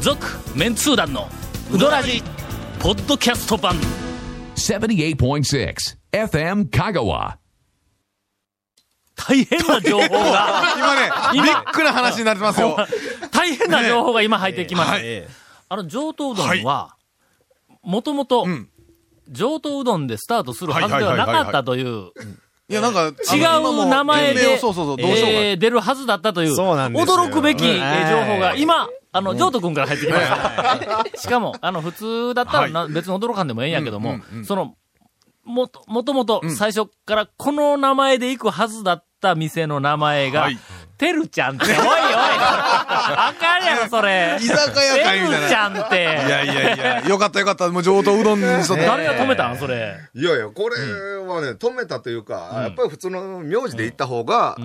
続メンツー団のウドラジポッドキャスト版78.6 FM Kagawa. 大変な情報が 今ね、ビ今ッグな話になってますよ。大変な情報が今入ってきました、えあの上等うどんはもともとん上等うどんでスタートするはずではなかったといういや、なんか、違あの今うも名前店名でをそうそうそう、どうしようか。えー出るはずだったというそうなんですよ驚くべきえーはい情報が今あの、ジョート君から入ってきました。 しかも、あの、普通だったらな、別に驚かんでもええんやけども、その、もと、もともと最初からこの名前で行くはずだった店の名前が、はいてるちゃんって、おいおいあかんやろ、それ。居酒屋会みてたるいな。ちゃんって。いやいやいや、よかったよかった。もう上等うどんにしとった。誰が止めたんそれ。いやいや、これはね、止めたというか、やっぱり普通の名字で行った方が、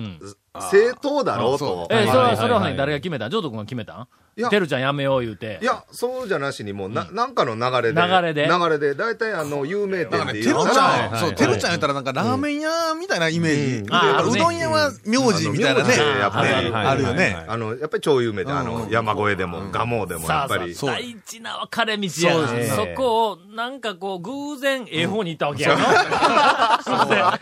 正当だろうと。えー、それは、いそれははいはね、い誰が決めたんジョート君が決めたいやんてるちゃんやめよう言うて。いや、そうじゃなしに、もうな、なんかの流れで。流れで流れで。大体、あの、有な名ん店かでね、て言るうちら、ゃん、そはう、いてるちゃん言ったらなんかラーメン屋みたいなイメージ。であやっぱあるうねどん屋は名字みたいなねあの名字でやっ。ぱりあるあるよね。あの、やっぱり超有名で、あの、山越えでも、蒲生でも、さやあっぱさあり。大事な分かれ道やなそうですそねこを、なんかこう、偶然、ええ方に行ったわけやろ。ひ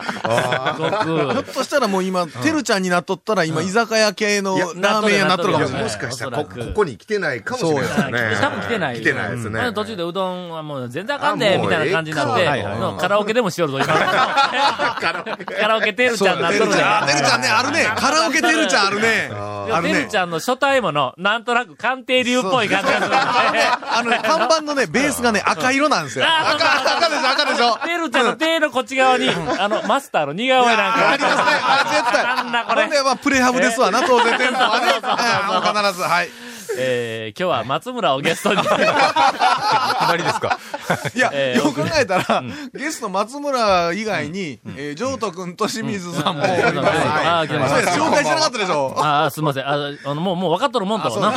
ょっとしたらもう今、てるちゃんになっとったら今、居酒屋系のいやラーメン屋になっとるかもしいれやないも。しかしたらおこそらくここに来てないかもしれないですね。多分来てない。来てないですね。うん途中でうどんはもう全然あかんで、あもみうたいな感じになっえて、えかはいはいうんカラオケでもしよるぞ、今。カラオケてるちゃんになってとるるちで。ゃん、てるちゃんね、あるね。カラオケてるちゃんあ るね。いやあるてるねち。ゃんの初対もの、なんとなく鑑定流っぽい感じがするんで。 あのね、看板のね、ベースがね、赤色なんで すよ。あー赤、赤でしょ、赤でしょ。てるちゃんの手のこっち側に、あの、マスターの似顔絵なんか。ありますね。あ、絶対。なんだこれほんではプレハブですわな、当然店舗はね。はいもう必ず。はい。えー、今日は松村をゲストに。隣ですか。いや、えーよく考えたら、ゲスト松村以外に、えー、ジョート君と清水さんも、うんいますうんあー来てますそうや紹介してなかったでしょ。ああ、すみません。ああの、もう、もう分かっとるもんだろうな。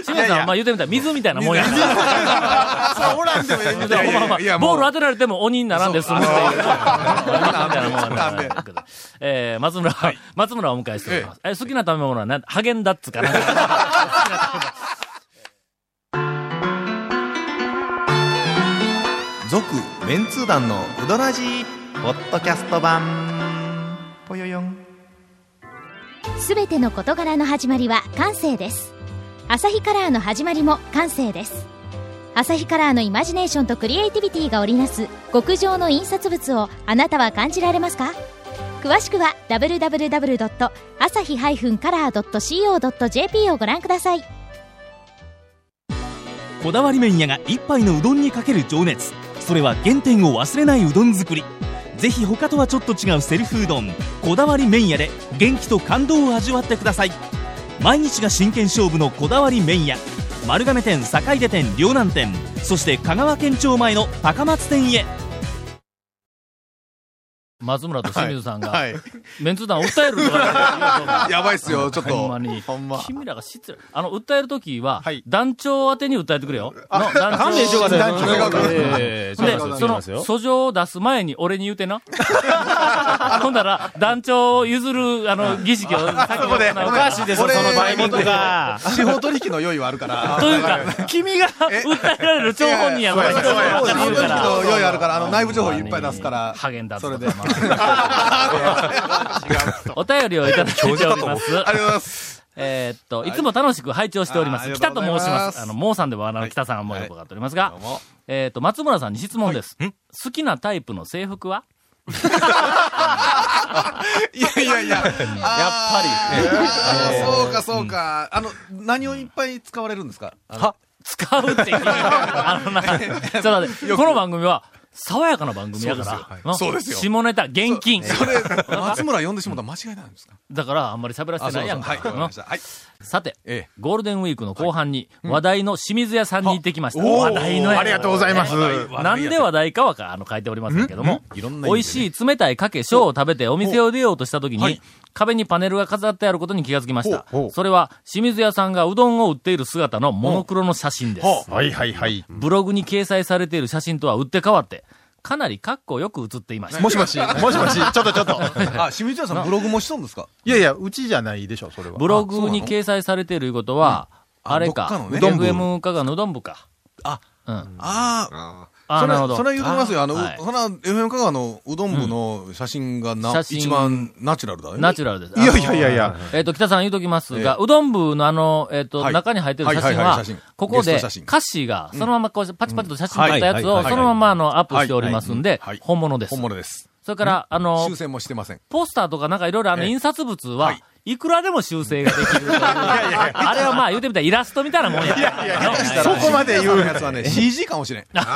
清水いやいさん、やまあ言うてみたら、水みたいなもんや。 そう、おらんでもいいほんみまたいほんまな。いや、ボーもルう、当てられても鬼にならんで済む っていう。そうまあ水みたいなもんやななんでなんえー、松村、松村をお迎えしております。え、好きな食べ物は何ハゲンダッツかな。好きな食べ物続、メンツー団のウドラジー、ポッドキャスト版。ぽよよん。すべての事柄の始まりは感性ですアサヒカラーの始まりも感性ですアサヒカラーのイマジネーションとクリエイティビティが織りなす極上の印刷物をあなたは感じられますか詳しくは www.asahi-color.co.jp をご覧くださいこだわり麺屋が一杯のうどんにかける情熱それは原点を忘れないうどん作りぜひ他とはちょっと違うセルフうどんこだわり麺屋で元気と感動を味わってください毎日が真剣勝負のこだわり麺屋丸亀店坂出店両南店そして香川県庁前の高松店へ松村と清水さんはが、い。メンツ団を訴えるんだよやばいっすよ、ちょっと。ほんまにほんま。君らが失礼。あの、訴えるときははい、団長宛てに訴えてくれよ。の団長勘弁してください。団長がええちょっで、とその、待って訴状を出す前に俺に言うてな。 ほんだら、団長を譲る、あの、儀式を先ほど行うおか しいですよ、俺そのタイミングが。司法取引の用意はあるから。というか、君が訴えられる張本人やから、そうそうそうこれ言司法うか取引ら、の用意あるから、あの、内部情報いっぱい出すから。ハーゲンダッツそとれで。かまあ お便りをいただいております。ありがとうございます。えーっと、いつも楽しく拝聴しておりまああす。り北がととうご申ざいますします。あの、モーさんでもあの、北さんもよくわかっておりますが、えーっと、松村さんに質問です。好きなタイプの制服はいやいや いや。やっぱり。そうかそうか。あの、何をいっぱい使われるんです か使うって聞いて、あの な、ちょっと待って、この番組は、爽やかな番組やから、なそうですよ下ネタ、現金。それ、松村呼んでしもたら間違いないんです かだから、あんまり喋らせてないやんはい、わかか。りなました。はい。さてええ、ゴールデンウィークの後半に、話題の清水屋さんに行ってきました。おー話題のやつありがとうございます。なんで話題かはか、あの、書いておりませんけども、いろんな美味しい冷たいかけ小を食べてお店を出ようとした時はにい、壁にパネルが飾ってあることに気がつきましたほうほ。うそれは、清水屋さんがうどんを売っている姿のモノクロの写真です。はいはいはい。ブログに掲載されている写真とは打って変わって、かなりかっこよく写っていま した。もしもし、もしもし、ちょっとちょっと。あ、清水屋さんブログもしとんですかいやいや、うちじゃないでしょ、それは。ブログに掲載されているいうことは、あれか。どっかのね FM かがのうどん部か。あ、うん。ああ、ああ、そなれるほど。それ言うてますよ。あの、はいそら、FM 香川のうどん部の写真がな、写真一番ナチュラルだよね。ナチュラルです。いやいやいやいあの。えっと、北さん言うときますが、うどん部のあの、えっと、はい中に入ってる写真はいはいははい写真、ここゲでスト写真歌詞がそのままこうパチパチと写真撮ったやつうんはをいそのままあのアップしておりますんではいはいはいはい、本物です。本物です。それから、あの修、正もしてません。ポスターとかなんかいろいろあのええ印刷物はは、いくらでも修正ができるという。あれはまあ言うてみたらイラストみたいなもんや。いやいや そこまで言うやつはね、CG かもしれん。そうそ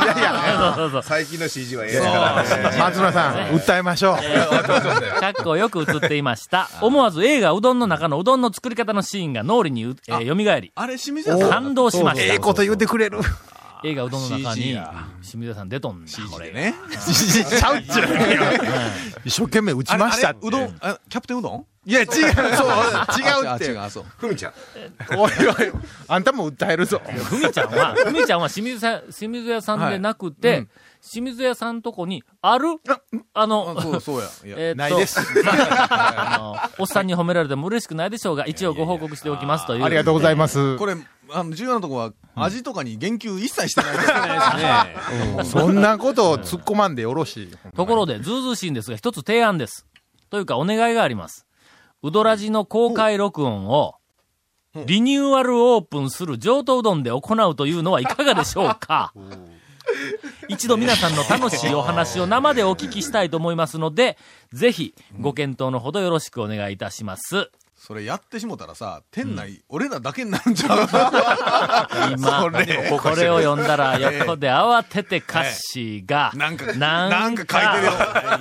うあそ最近の CG はええからね。松村さん、訴えましょう。う。かっこよく映っていました。思わず映画うどんの中のうどんの作り方のシーンが脳裏にう、えー、蘇り、あれ、清水屋さん。感動しました。と言うてくれる。映画うどんの中に CG や、清水屋さん出とんな、これ。ね。ちゃうっちゅうねんよ一生懸命打ちましたあってれうどん、あキャプテンうどんいや、違う、そう、違うあっ違う、て。あ、そう。ふみちゃん。おいおい、あんたも訴えるぞ。ふみちゃんは、ふみちゃんは清水さん清水屋さんでなくて、はいうん清水屋さんとこに、あるあのあ、そう、そうや。いやえーっとないです。あの、おっさんに褒められても嬉しくないでしょうが、一応ご報告しておきますという。ありがとうございます。これ、あの、重要なとこは、味とかに言及一切してないですね。そんなことを突っ込まんでよろしい。ところで、ずうずうしいんですが、一つ提案です。というか、お願いがあります。うどらじの公開録音を、リニューアルオープンする上等うどんで行うというのはいかがでしょうか一度皆さんの楽しいお話を生でお聞きしたいと思いますので、ぜひご検討のほどよろしくお願いいたします。それやってしもたらさ、店内、俺らだけになるんちゃうか 今、それこれを読んだら横で慌てて歌詞が、なんなか、んなんか書いてるよ。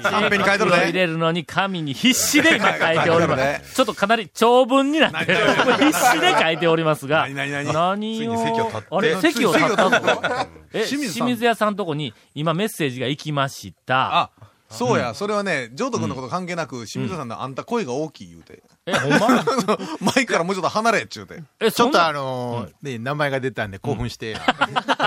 カンペに書いてる入ね。れるのに紙に必死で今書いておりま書いてるねす。ちょっとかなり長文になって、必死で書いておりますが、何々何何ついをに席を立ってあれ、席を立った席を立っぞたぞ。え、清清水水さん屋さんとこに今メッセージが行きました。あ、そうや、それはね、ジョート君のこと関係なく、清水屋さんのあんた声が大きい言うて。 え、ほんまマイクからもうちょっと離れ っちゅうて。え、ちそょっんとあな、のーね、名前が出たんで興奮して、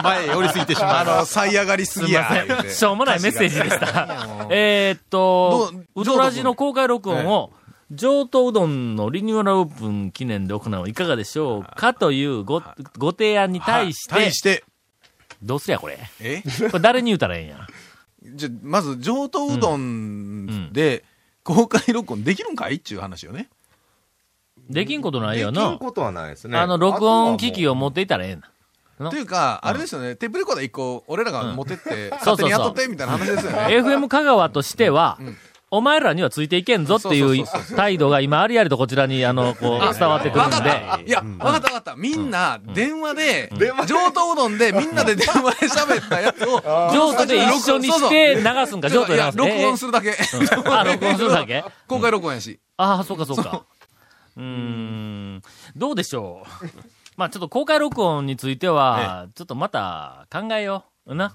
前へ寄りすぎてしまあう。の、最上がりすすぎいやませ。言うてん。 しょうもないメッセージでした。 えーっとど、ううどらじの公開録音を、上等うどんのリニューアルオープン記念で行うのはいかがでしょうかというご、ご提案に対して、対して。どうすりゃこ れ。えこれ誰に言うたらええんや。じゃ、まず、上等うどんで、公開録音できるんかいっちゅう話よね。できんことないでよきんな。ことはないですね。あの、録音機器を。を持っていたらええな。というか、あれですよね、テープレコーダー一個、俺らが持ってって、 そうそうそう勝手にやっとって、みたいな話です よね。 FM 香川としては、お前らにはついていけんぞってそういそううそうそ態度が今ありありとこちらに、あの、こう、伝わってくるんわかった。で。いや、わかったわかった。みんな、電話で、電話で上等うどんで、み んなで電話で喋ったやつを、上手で一緒にして流すんか、そ上うそう手いでや流す録音すするだけ。あ、録音するだけ 公開録音やし。ああ、そうかそうか。うーん。どうでしょう。 まあちょっと公開録音については、ちょっとまた考えよう。な。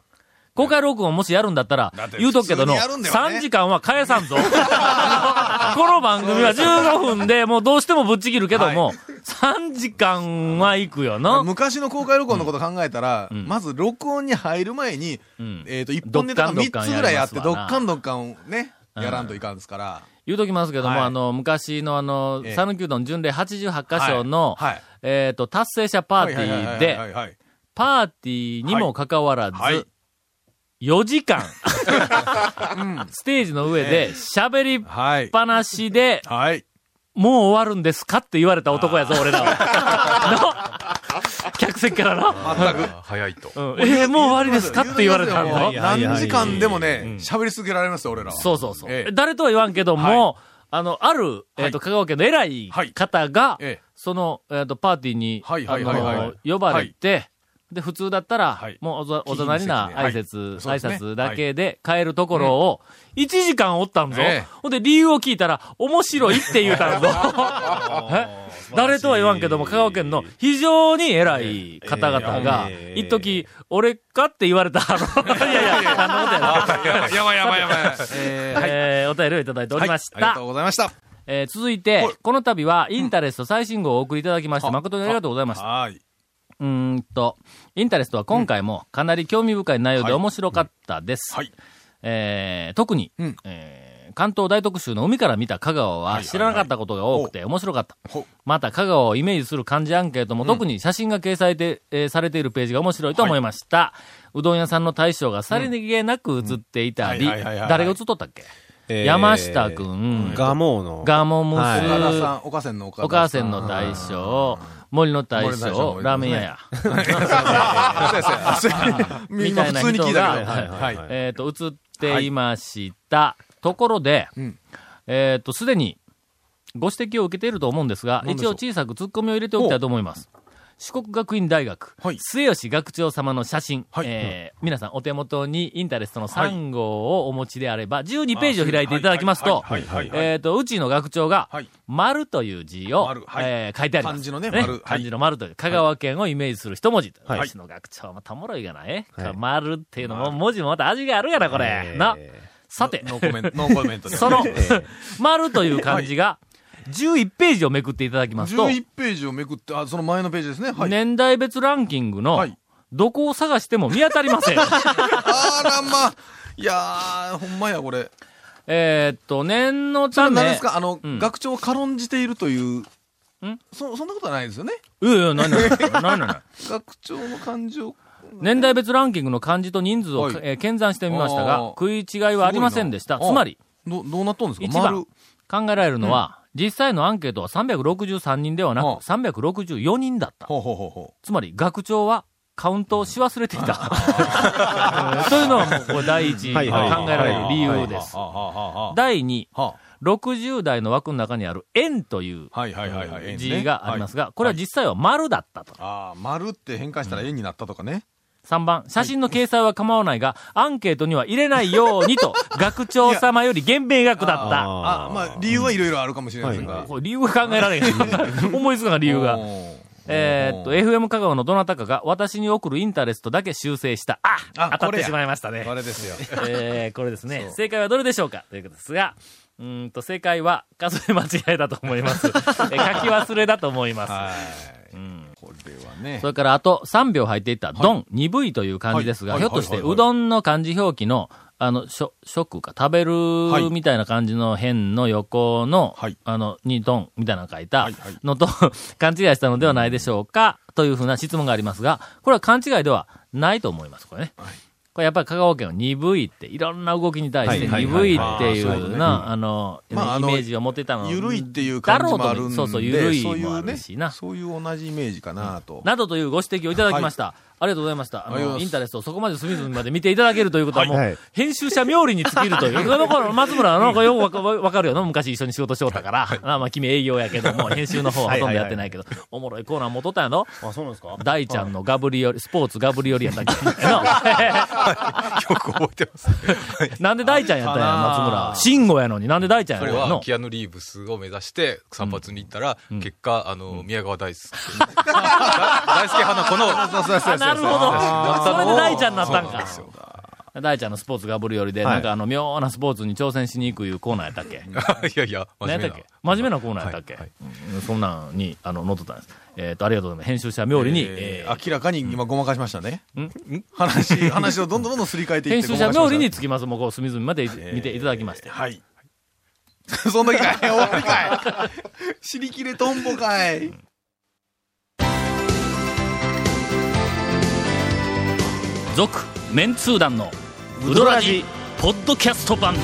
公開録音もしやるんだったら、言うとくけどの、普通にやるんだよね3時間は返さん ぞ。こ の番組は15分でもうどうしてもぶっちぎるけども、3時間は行くよな。昔の公開録音のこと考えたら、んまず録音に入る前に、うんえっ、と、一本ネタがどっ3かんどっかんつぐらいあって、やりまどすわなっかんどっかんをね、うんやらんといかんですから。言うときますけども、はいあの、昔のあのえ、え讃岐うどん巡礼88箇所の、はい。えっ、と、達成者パーティーで、はいはいはいはいはいパーティーにもかかわらず、はい4時 間、うんステージの上で喋りっはい。ぱなしで、はい。もう終わるんですかって言われた男やぞ、俺らは。 の客席からな。早いと。うんえーもう終わりですかって言われたものう。何時間でもね、喋り続けられますよ、俺らは。そうそうそう。ええ誰とは言わんけども、あの、ある、えっ、と、香川県の偉いはい方が、ええその、えっ、と、パーティーに、はいはいはいはいあの呼ばれて、で、普通だったら、はいもうおざ、おざなりな挨拶、はいそう挨ですね拶だけで帰るところを、1時間おったんぞ。ええほんで、理由を聞いたら、面白いって言う たんぞ。え誰とは言わんけども、香川県の非常に偉い方々が、一時、俺かって言われ た、あの、いやいや、あのことやなやばいやばいやばい。えーはい。えーお便りをいただいておりましありがたとう。ございました。えー続いて、この度は、インタレスト最新号をお送りいただきまして、うん誠にありがとうございました。はい。うーんと、インタレストは今回もかなり興味深い内容ではい面白かったです。はい。えー特に、うんえー関東大特集の海から見た香川は知らなかったことが多くて面白かった。また香川をイメージする漢字アンケートも特に写真が掲載で、えーされているページが面白いと思いました。うどん屋さんの大将がさりげなく写っていたり、うんはいはいはいはい誰が写っとったっけ、えー山下くん、ガモーの。ガモムス、はい岡田さん、岡せんの岡田お母さんの大将、森の大森の大将、将ラーメン屋や。みみんなたいな普通に人聞いが、はたけいど。はいはいはいはいえっ、と、映っていました。ところで、んえっ、と、すでにご指摘を受けていると思うんですが、一応小さくツッコミを入れておきたいと思います。四国学院大学、はい末吉学長様の写真、はいえー皆さんお手元にインタレストの3号をお持ちであれば、12ページを開いていただきますと、はいはいはいはいえっ、と、うちの学長が、はい丸という字を、丸はいえー書いてあります。漢字のね丸はい漢字の丸という、香川県をイメージする一文字。はいうちの学長もたもろいがな、え、はい丸っていうのも文字もまた味があるがな、これ。な。さて、ノーコメント、ノーコメントで。その、丸という漢字が、11ページをめくっていただきますと、 11ページをめくって、あ、その前のページですね。はい。年代別ランキングのはい、どこを探しても見当たりま せん。あらま。いやー、ほんまや、これ。えーっと、念のため。何ですかあの、うん学長を軽んじているという。んそ、そんなことはないですよね。いやいや、何々何々学長の感情。年代別ランキングの漢字と人数を、はいえー検算してみましたあがー、食い違いはありませんでした。すごいつなまり、ど、どうなっとんですか一丸番。考えられるのは、実際のアンケートは363人ではなく、うん364人だった。ほうほうほうほつまり、学長は、カウントをし忘れていた。 うんというのはもうこれ第一に考はえいはいられる理由ではす。あはあはあは第二、あは60代の枠の中にある円というあはいはいはいはい。字がありますが。が、これは実際は丸だったと。ああ、丸って変換したら円になったとかね。 3番、写真の掲載は構わないが、アンケートには入れないようにと、学長様より厳命が下った。あ、まあ、理由はいろいろあるかもしれませんが。これ理由が考えられへん。思いつかない理由が。えーっと、FM 香川のどなたかが私に送るインタレストだけ修正した。ああ当たっこれてやしまいましたね。あれですよ。えーこれですね。正解はどれでしょうかということですが、うーんと、正解は数え間違いだと思い ます。えー書き忘れだと思います。それからあと3秒入っていった、ドン、鈍いという漢字ですが、はいひょはいっとしてはいはいうどんの漢字表記の、あの、しょ、食か、食べるみたいな感じの辺の横の、はいあの、にドンみたいなの書いたはいはいのと、 勘違いしたのではないでしょうか、というふうな質問がありますが、これは勘違いではないと思います、これね。これやっぱり香川県は鈍いって、いろんな動きに対してはい鈍いはっいてはいいうあーそうだねな、あの、イメまああのージを持ってたのゆるいっていう感じもあるだろうんで、とそうそう、ゆるいそういもあうねるしな。そういう同じイメージかなと。などというご指摘をいただきました。ありがとうございました。あありがとうの、ございますインタレストをそこまで隅々まで見ていただけるということはもう、はい編集者冥利に尽きるという。この頃、松村の、これよくわかわかるよな。昔一緒に仕事しよったから。まあまあ、君営業やけども、編集の方はほとんどやってないけど、おもろいコーナーもとったんやろあ、そうなんですか大ちゃんのガブリオリ、スポーツガブリオリやったっけなよく覚えてます。 なんで大ちゃんやったんや、あ松ー村。慎吾やのになんで大ちゃんそやれろはのキアヌ・リーブスを目指して散髪に行ったら、結果、あの、宮川大輔。大輔派のこの、あなるほど。それで大ちゃんになったんそうかです。よ大ちゃんのスポーツガブリオリで、はいなんかあの、妙なスポーツに挑戦しに行くいうコーナーやったっけいやいや、真何面目なやったっけ。真面目なコーナーやったっけ、はいはいうんそんなんに、あの、載ってたんです。えっ、と、ありがとうございます。編集者冥利に、ええーー明らかに今ごまかしましたね。ん話、話をどんどんどんどんすり替えてい編って集ごま者かしま冥した利につきますも、こう、隅々まで見ていただきまして。はい。 そんだけかい終 わりかい知りきれとんぼかい続、メンツー団の、ウドラジ、ポッドキャスト版。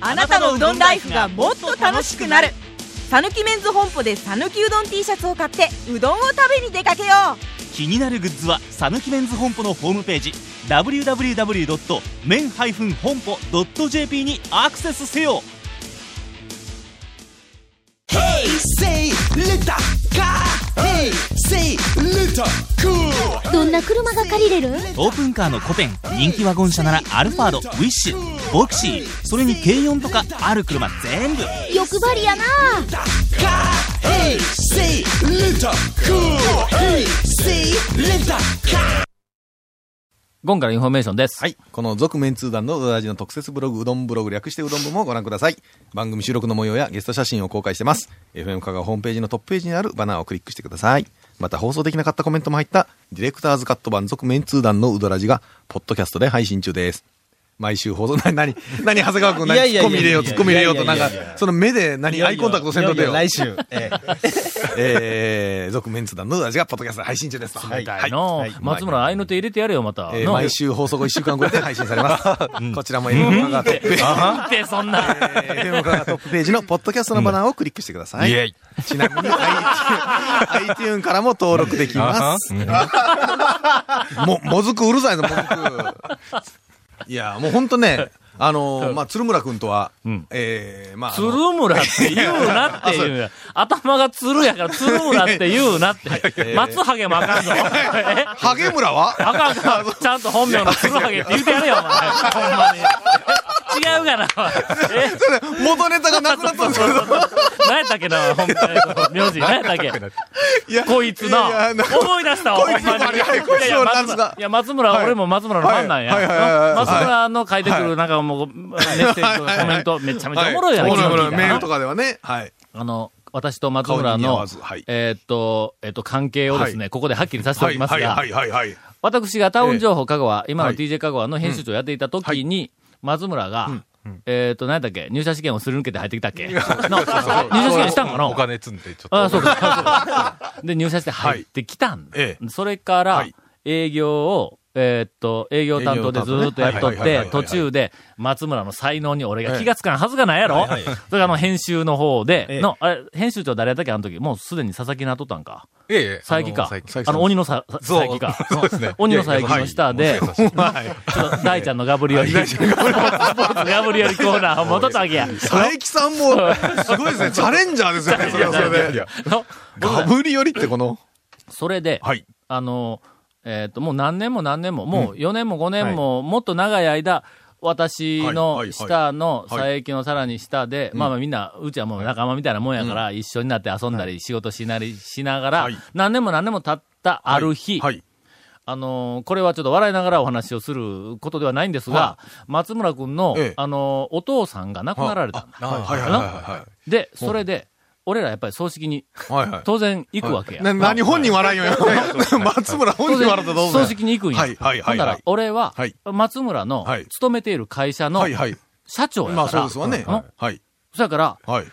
あなたのうどんライフがもっと楽しくなるさぬきメンズ本舗でさぬきうどん T シャツを買ってうどんを食べに出かけよう気になるグッズはさぬきメンズ本舗のホームページ www.men-honpo.jp にアクセスせよどんな車が借りれるオープンカーの古典人気ワゴン車ならアルファードウィッシュボクシーそれに軽4とかある車全部欲張りやな今回のインフォメーションです。はい。この続面通談のうどらじの特設ブログ、うどんブログ略してうどん部もご覧ください。番組収録の模様やゲスト写真を公開してます。FM 香川ホームページのトップページにあるバナーをクリックしてください。また放送できなかったコメントも入ったディレクターズカット版続メンツー団のウドラジがポッドキャストで配信中です毎週放送 な何何長谷川君い何やツいやッいコやいミや入れようツッコミ入れようといなやんいやかいやその目で何アイコンタクトせんとでよ来週。え えー、続メンツ団のウドラジがポッドキャストで配信中ですとみたいな、はいはい松村、あいの手入れてやれよ、また。えーの毎週放送後1週間後で配信さ れます。こちらも FM カガトップページ、なんて、そんな。 FM カガトップページのポッドキャストのバナーをクリックしてください。イエイ。ちなみに iTunes, iTune からも登録できます。も、もずくうるさいの、もずく。いや、もうほんとね、あのーまあ、鶴村くんとは、んえーまあ、あの鶴村って言うなって いう。頭が鶴やから鶴村って言うな って。松ハゲもあかんぞ。 えハゲ村はあかんあかん。ちゃんと本名の鶴ハゲって言うてやれよ、お前。ほんまに。違うがな、お 前え元ネタがなくなったん ですけど。何やったっけな、ほんまに。名字、何やったっけ。 いやこいついやないやな。思い出したわ、ほんまに。いこいつあれあれこいつやいや俺松なんすか村いや、松村、はい俺も松村のファンなんや。はいはいはいはいはい松村の書いてくる、なんかもう、メッセージとかコメント、めちゃめちゃおもろいやん、はいお昨も日ろい聞いおもろいたメなールとかではね。はい。あの、私と松村顔に似合のわずはい、えーっと、えーっと、関係をですね、ここではっきりさせておはい、きますはい、がは、い、はいはい。私がタウン情報香川、今のはい TJ 香川の編集長をやっていた時に、松村が、えーっと、何だっけ、入社試験をすり抜けて入ってきたっけの入社試験したんかなお金積んで、ちょっと。ああ、そうかそうか。で、入社して入ってきたんはいえで、それから、営業を、えーっと、営業担当でずーっとやっとっ営業担当ねはいはいはいては、途い中で、松村の才能に俺が気がつかんはずがないやろそれからあの、編集の方で、の、あれ、編集長誰やったっけあの時、もうすでに佐々木なっとったんか。ええええ、佐伯かあの佐伯。あの、鬼のさ佐そう伯か。そうですね 鬼の佐伯の下で、ちょっ と大ちゃんのガブリより、スポーツ ガブリよりコーナーを戻ったわけや。佐伯さんも、すごいです ね。チャレンジャーですよね。それはそれで。のガブリよりってこの、それで、はい。あの、えっ、と、もう何年も何年も、もう4年も5年も、もっと長い間、私はいはいはのい下の、佐伯のさらに下で、まあまあみんな、うちはもう仲間みたいなもんやから、一緒になって遊んだり、仕事しなりしながら、はい何年も何年も経ったある日、はい。あのーこれはちょっと笑いながらお話をすることではないんですが、松村君の、ええあのーお父さんが亡くなられたんだ。はいはい、はい、はで、それで、俺らやっぱり葬式にい。はい、はい。当然行くわけや。な、何本人笑いよ。 松村当本人然笑ったらどうぞ。葬式に行くんや。はいはいほはんいなはらい、俺ははい、松村のはい、勤めている会社のはいはい。社長やまあかそうら、ですわね。うんはい。そやから、はい。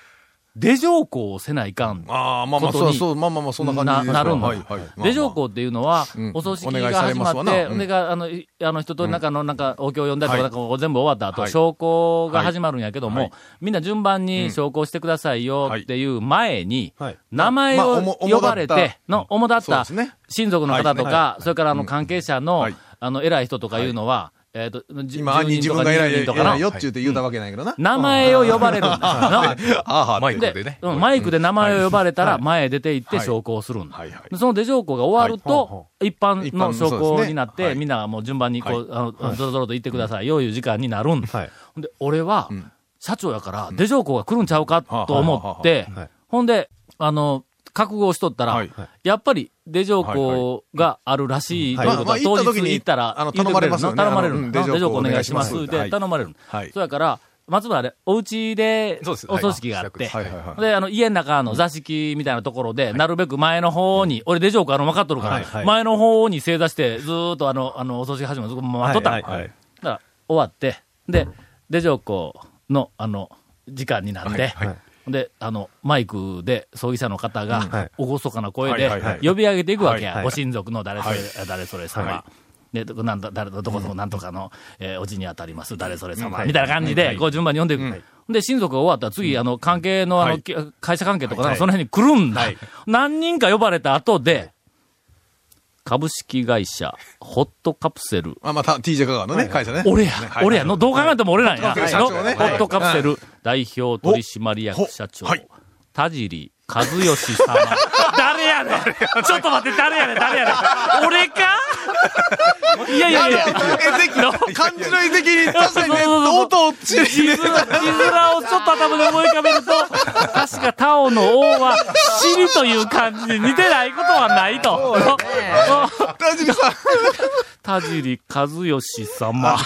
出上校をせないかん。ああ、まあまあ、ことそうにそう、まあまあまあ、そんな感じですななるんだはいはい。出上校校っていうのはうん、お葬式おが願いされ始ますまわっなて、うんでが、あの、いあの、一通り中の、なんか、お経を読んだりとか、はないんかこう全部終わった後、はい昇降がはい始まるんやけどはもい、みんな順番に昇降してくださいよっていう前に、名前まあをおも呼ばれ、主だっての、主だっそうたですね親族の方とはいはか、それからあの、関係者のはい、あの、偉い人とかいうのは、えっと、じ今、あ10に人自とか分が偉い20人とか偉のい、よって言って言うたわけないけどな。名前を呼ばれるんだ。ああ、マ はイい。クなでね。うんマイクで名前を呼ばれたら、前へ出て行って昇降するんだ。はいはいでその出上降が終わるはいほとうほ、一般一の般昇そうで降すねになって、はいみんながもう順番にこう、あの、ぞろぞろと行ってください、よいう時間になるんだ。ほんで、俺は、社長やから、出上降が来るんちゃうかと思って、ほんで、あの、覚悟をしとったら、はいやっぱり出上校があるらしいということは、はいまあまあ当日行った時に行ったら、あの言うてくれるな頼頼ままれれるますなよねあ出上のうん校お出上校お願願いいししまますす。はで、い頼まれるの。はいそやから、松村あれ、お家でそうです、お葬式があって、はいはいはで、あの、家の中の座敷みたいなところで、なるべく前の方に、俺、出城かあの、分かっとるから、前の方に正座して、ずーっとあの、あの、お葬式始まる、ずっと待っとったの。だから、終わって、で、出城校の、あの、時間になって、で、あの、マイクで、葬儀者の方が、厳かな声ではいはいは、い呼び上げていくわけはいはや。いご親族の誰それ、誰それ様。で、どこなんだ、誰だ、どこそこなんとかの、えーおじに当たります、誰それ様。みたいな感じで、こう順番に呼んでいく。で、親族が終わったら次、あの、関係の、あの、き会社関係とか、なんかその辺に来るんだ。何人か呼ばれた後で、株式会社、ホットカプセル、あ、また TJ 香川のね、会社ね。俺や、はい俺やの、どう考えても俺なんや。はいの、ホ社長ねットカプセル代表取締お役社長はい、田尻 和義様。誰やねんちょっと待って、誰やねん誰やねん俺かいやいやいや。感じの絵的に、確かにそうそうね、そう音を中地心図、地で図。らをちょっと頭で思い浮かべると、確かタオの王は、尻という漢字に似てないことはないと。田尻さん、田尻和義様。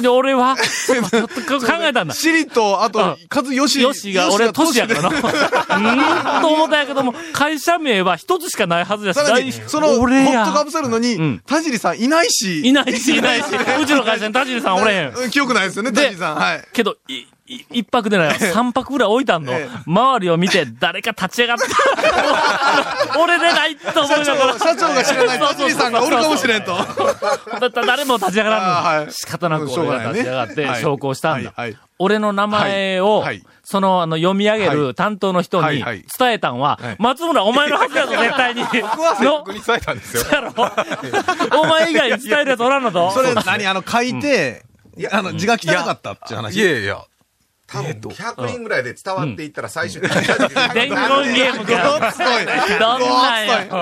で俺は、ちょっと考えたんだ。シリと、あと、カズヨシ。よしが、俺は年やからな。うーんと思ったんやけども、会社名は一つしかないはずやし、さらに、大その、ホ俺ッやト。かぶせるうのんに、田尻さんいないいし、ないし、いないし。うちの会社に田尻さんおれへん。うん記憶ないですよね、田尻さん。はい。けど、い、い一泊でない、三泊ぐらい置いたんのええ。周りを見て、誰か立ち上がった。 俺でないと思いながら。社長が知らない田尻さんがおるかもしれんと。だったら誰も立ち上がらあーんはの。い仕方なくしょう俺ががないね立ち上がって、はい昇降したんだはいはい。俺の名前をはいはい、その、あの、読み上げる担当の人はにいはい伝えたんははい、松村お前のはずやぞ、絶 対に。の僕に伝えたんですよ。やろお前以外に伝えるやつおらんのとそれ、何あの、書いて、あの、字が汚かったっていう話。いやいや。多分100人ぐらいで伝わっていったら最終的に。伝言ゲームか。すごい。どんなんや。ほん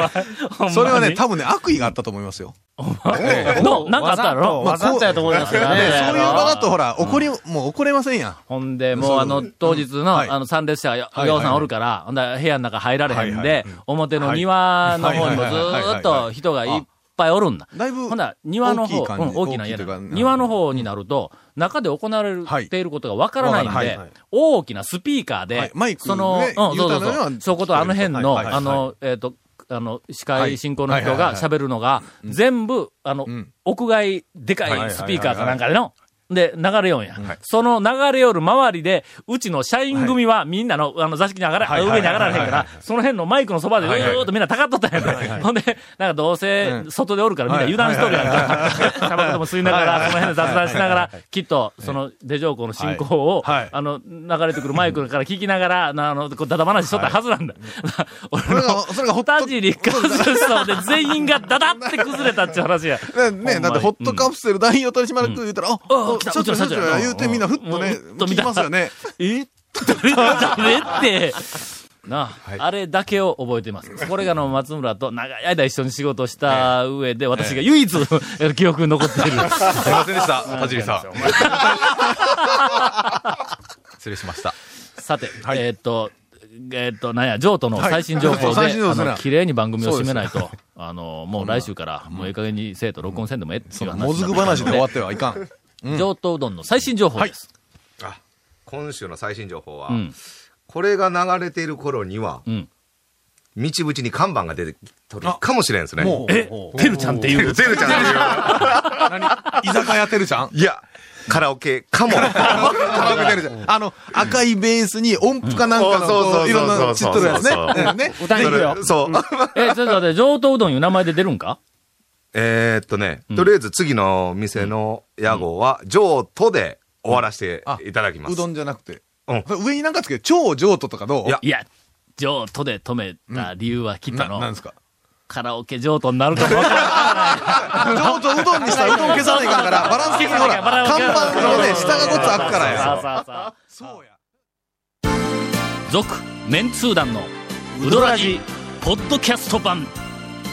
まにそれはね、多分ね、悪意があったと思いますよ。の、なんかあったやろまあわざとやと思いますけどそういうね。場だと、ほら、怒り、もう怒れませんやん。ほんで、もうあの、当日の、はいあの、参列者、よはいようさんおるから、ほんで、部屋の中入られへんはいはでいうん、表の庭の方にもはずいはいはいはいーっと人がいっぱいおるんだ。だいぶ、ほんなら、庭の方、大きい感じうん大きな家だ大きいというか庭の方になると、中で行われるはいっていることがわからないんわからないではいはい、大きなスピーカーはでいマイ、クその、うんねそうそう言うたらそはう、そことあの辺の、はいはいはいあの、えっと、あの、司会進行の人はいはいはがいはい喋るのが、全部、あのん、屋外、ではいかはいいスピーカーかなんかでの、で、流れよんや。その流れよる周りで、うちの社員組はみんなの、あの、座敷に上がら、はいはい上に上がられへんかはいはいら、その辺のマイクのそばで、うーっとみんなたかっとったんやんか。ほんで、なんかどうせ、外でおるからみんな油断しとるやんか。タバコでも吸いながら、その辺で雑談しながら、きっと、その、出上校の進行を、はいはいあの、流れてくるマイクから聞きながら、なあの、こう、だだ話しとったはずなんだ。 俺それのが、、それがほっと田、尻和さんで全員がダダって崩れたっていう話や。ね、だってホットカプセル代表取締役言うたら、あ、うんあ来た社長、社社長長言うてみんなふっとねうん、聞きますよね。えダメって。なあ、あれだけを覚えてます。これがあの松村と長い間一緒に仕事した上で、私が唯一、記憶に残って いる。すいませんでした、田尻さん。失礼しました。さて、えーっと、えーっと、なんや、譲渡の最新情報はいで、最新情報あそれの、は綺麗に番組を締めないと、あの、もう来週から、もうええ加減に生徒録音せんでもええっていう話になもってきずたのくで。話で終わってはいかん。上等うどんの最新情報です。あ今週の最新情報は、うんこれが流れている頃には、うん道淵に看板が出てとるかもしれんですね。もう、えてるちゃんっていうゼルちゃんです居よ酒屋てるじゃんいや、 カラオケかも。カラオケてるじゃん。あの、赤いベースに音符かなんかの、こういろんなちっとるやつね。うんね。歌いに行くよ。そう。え、ちょっと待って、上等うどんいう名前で出るんかえーっとね、とりあえず次の店の屋号は、上都で終わらせていただきます。うどんじゃなくて。うん上になんかつけて、超上都とかどういやいや、上都で止めた理由はきっとな、の、なんですかカラオケ上都になるかもわからん。上都うどんにしたらうどん消さないかんから、バランス的にほら、バランス看的に板のね、下がごつ開くからさあや。さあさあ。そうや。続、メンツー団の、ウドラジ、ポッドキャスト版。